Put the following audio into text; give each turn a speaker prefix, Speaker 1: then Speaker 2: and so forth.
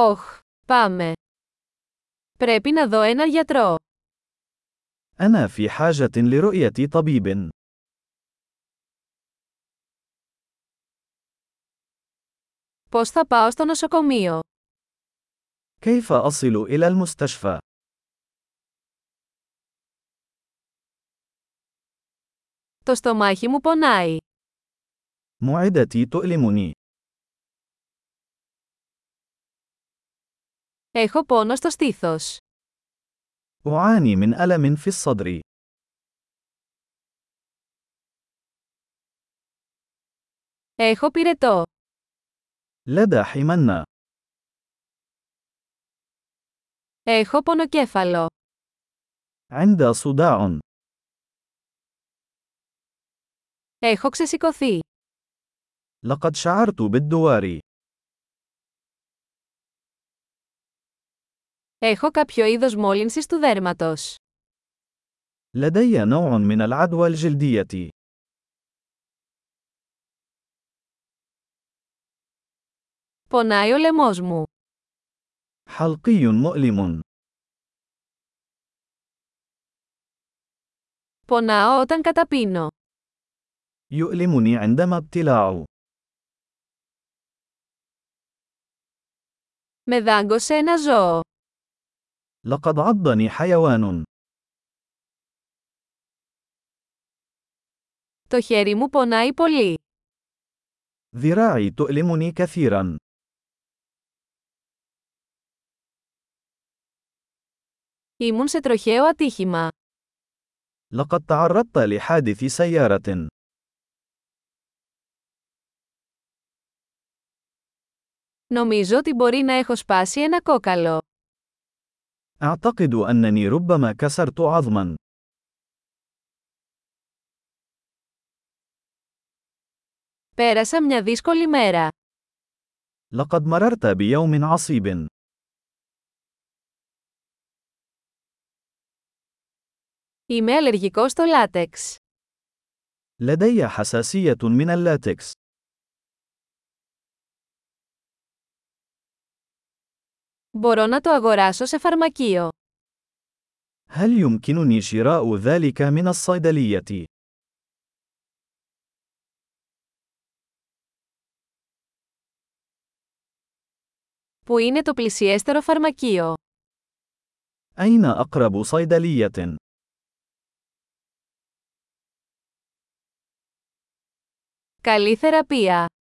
Speaker 1: Όχ, πάμε. Πρέπει να δω έναν γιατρό.
Speaker 2: أنا في حاجة لرؤية طبيب.
Speaker 1: Πώς θα πάω στο νοσοκομείο.
Speaker 2: كيف أصل إلى المستشفى؟
Speaker 1: Το στομάχι μου πονάει.
Speaker 2: معدتي تؤلمني.
Speaker 1: Έχω πόνο στο στήθος.
Speaker 2: أعاني من ألم في الصدر.
Speaker 1: Έχω πυρετό.
Speaker 2: لدى حمنة.
Speaker 1: Έχω πονοκέφαλο.
Speaker 2: عند صداع.
Speaker 1: Έχω ξεσηκωθεί.
Speaker 2: لقد شعرت بالدوار.
Speaker 1: Έχω κάποιο είδος μόλυνσης του δέρματος.
Speaker 2: لدي نوع من العدوى الجلدية.
Speaker 1: Πονάει ο λαιμός μου.
Speaker 2: حلقي مؤلم.
Speaker 1: Πονάω όταν καταπίνω.
Speaker 2: يؤلمني عندما ابتلاع.
Speaker 1: Με δάγκωσε ένα ζώο.
Speaker 2: لقد عضني حيوان.
Speaker 1: Το χέρι μου πονάει πολύ.
Speaker 2: ذراعي تؤلمني كثيرا.
Speaker 1: Ήμουν σε τροχαίο ατύχημα.
Speaker 2: لقد تعرضت لحادث سيارة.
Speaker 1: Νομίζω ότι μπορεί να έχω σπάσει ένα κόκαλο.
Speaker 2: أعتقد أنني ربما كسرت عظما.
Speaker 1: Πέρασα μια δύσκολη μέρα.
Speaker 2: لقد مررت بيوم عصيب.
Speaker 1: Είμαι αλλεργικός στο λάτεξ.
Speaker 2: لدي حساسية من اللاتكس.
Speaker 1: Μπορώ να το αγοράσω σε φαρμακείο.
Speaker 2: هل يمكنني شراء ذلك من الصيدلية؟
Speaker 1: Πού είναι το πλησιέστερο φαρμακείο.
Speaker 2: أين أقرب صيدلية؟
Speaker 1: Καλή θεραπεία.